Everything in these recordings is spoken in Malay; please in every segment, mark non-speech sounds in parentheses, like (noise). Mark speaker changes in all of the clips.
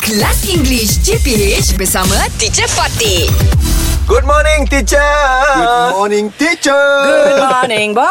Speaker 1: Kelas English CPH bersama Teacher Fatih.
Speaker 2: Good morning, teacher.
Speaker 3: Good morning, teacher.
Speaker 4: Good morning, boy.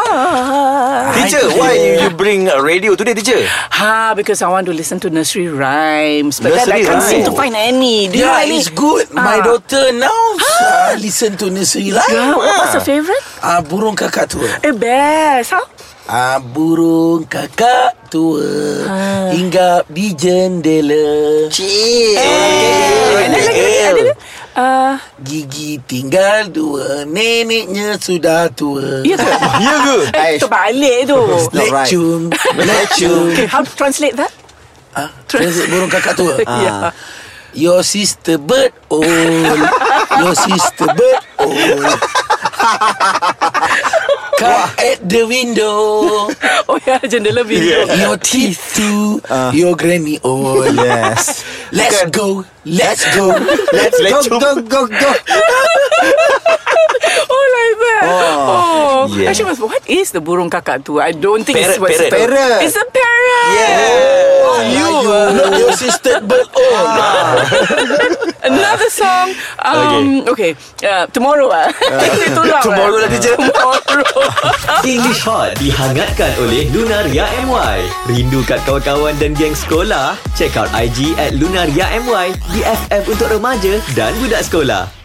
Speaker 2: Teacher, why you, you bring a radio today, teacher?
Speaker 4: Ha, because I want to listen to nursery rhymes, but then I
Speaker 2: Nursery
Speaker 4: can't seem
Speaker 2: rhyme.
Speaker 4: to find any. Do
Speaker 5: Yeah,
Speaker 4: you
Speaker 5: Ya, it's
Speaker 4: have any?
Speaker 5: good. My
Speaker 4: Ah. Ya,
Speaker 5: daughter now uh, listen to nursery rhyme.
Speaker 4: Yeah, what- what's
Speaker 5: Ah.
Speaker 4: your favorite?
Speaker 5: Ah, burung kakak tua.
Speaker 4: Eh, best. Huh?
Speaker 5: Ah, burung kakak tua
Speaker 4: Ah.
Speaker 5: hinggap di jendela.
Speaker 4: And then like, ada ke? Uh,
Speaker 5: Gigi tinggal dua, neneknya sudah tua.
Speaker 4: ya ke?
Speaker 2: Ya ke?
Speaker 4: (laughs) Eh,
Speaker 3: Aish.
Speaker 4: terbalik tu.
Speaker 3: not right.
Speaker 5: Lecun,
Speaker 4: (laughs)
Speaker 5: lecun.
Speaker 4: Okay, how to translate that?
Speaker 5: Ah, translate burung kakak tua.
Speaker 4: (laughs) Yeah.
Speaker 5: Your sister bird
Speaker 4: (laughs)
Speaker 5: old. Your sister bird old. Come at the window.
Speaker 4: Oh, yeah, jendela video.
Speaker 5: Your teeth too. Your granny old.
Speaker 3: Yes.
Speaker 5: Let's go. Let's go.
Speaker 3: Let's go, go, go, go.
Speaker 4: Oh, like that. Oh,
Speaker 2: yeah.
Speaker 4: Actually, was, what is the burung kakak tu? I don't think it's
Speaker 2: Parrot,
Speaker 4: Western.
Speaker 3: parrot.
Speaker 4: It's a parrot.
Speaker 5: Oh, you. Not your sister oh. bird old.
Speaker 4: Another song. Um, okay. Uh, tomorrow. Uh. (laughs)
Speaker 2: Tomorrow lah, teacher.
Speaker 4: Tomorrow.
Speaker 6: (laughs) English Hot dihangatkan oleh Lunaria MY. Rindu kat kawan-kawan dan geng sekolah? Check out IG at Lunaria MY, BFF untuk remaja dan budak sekolah.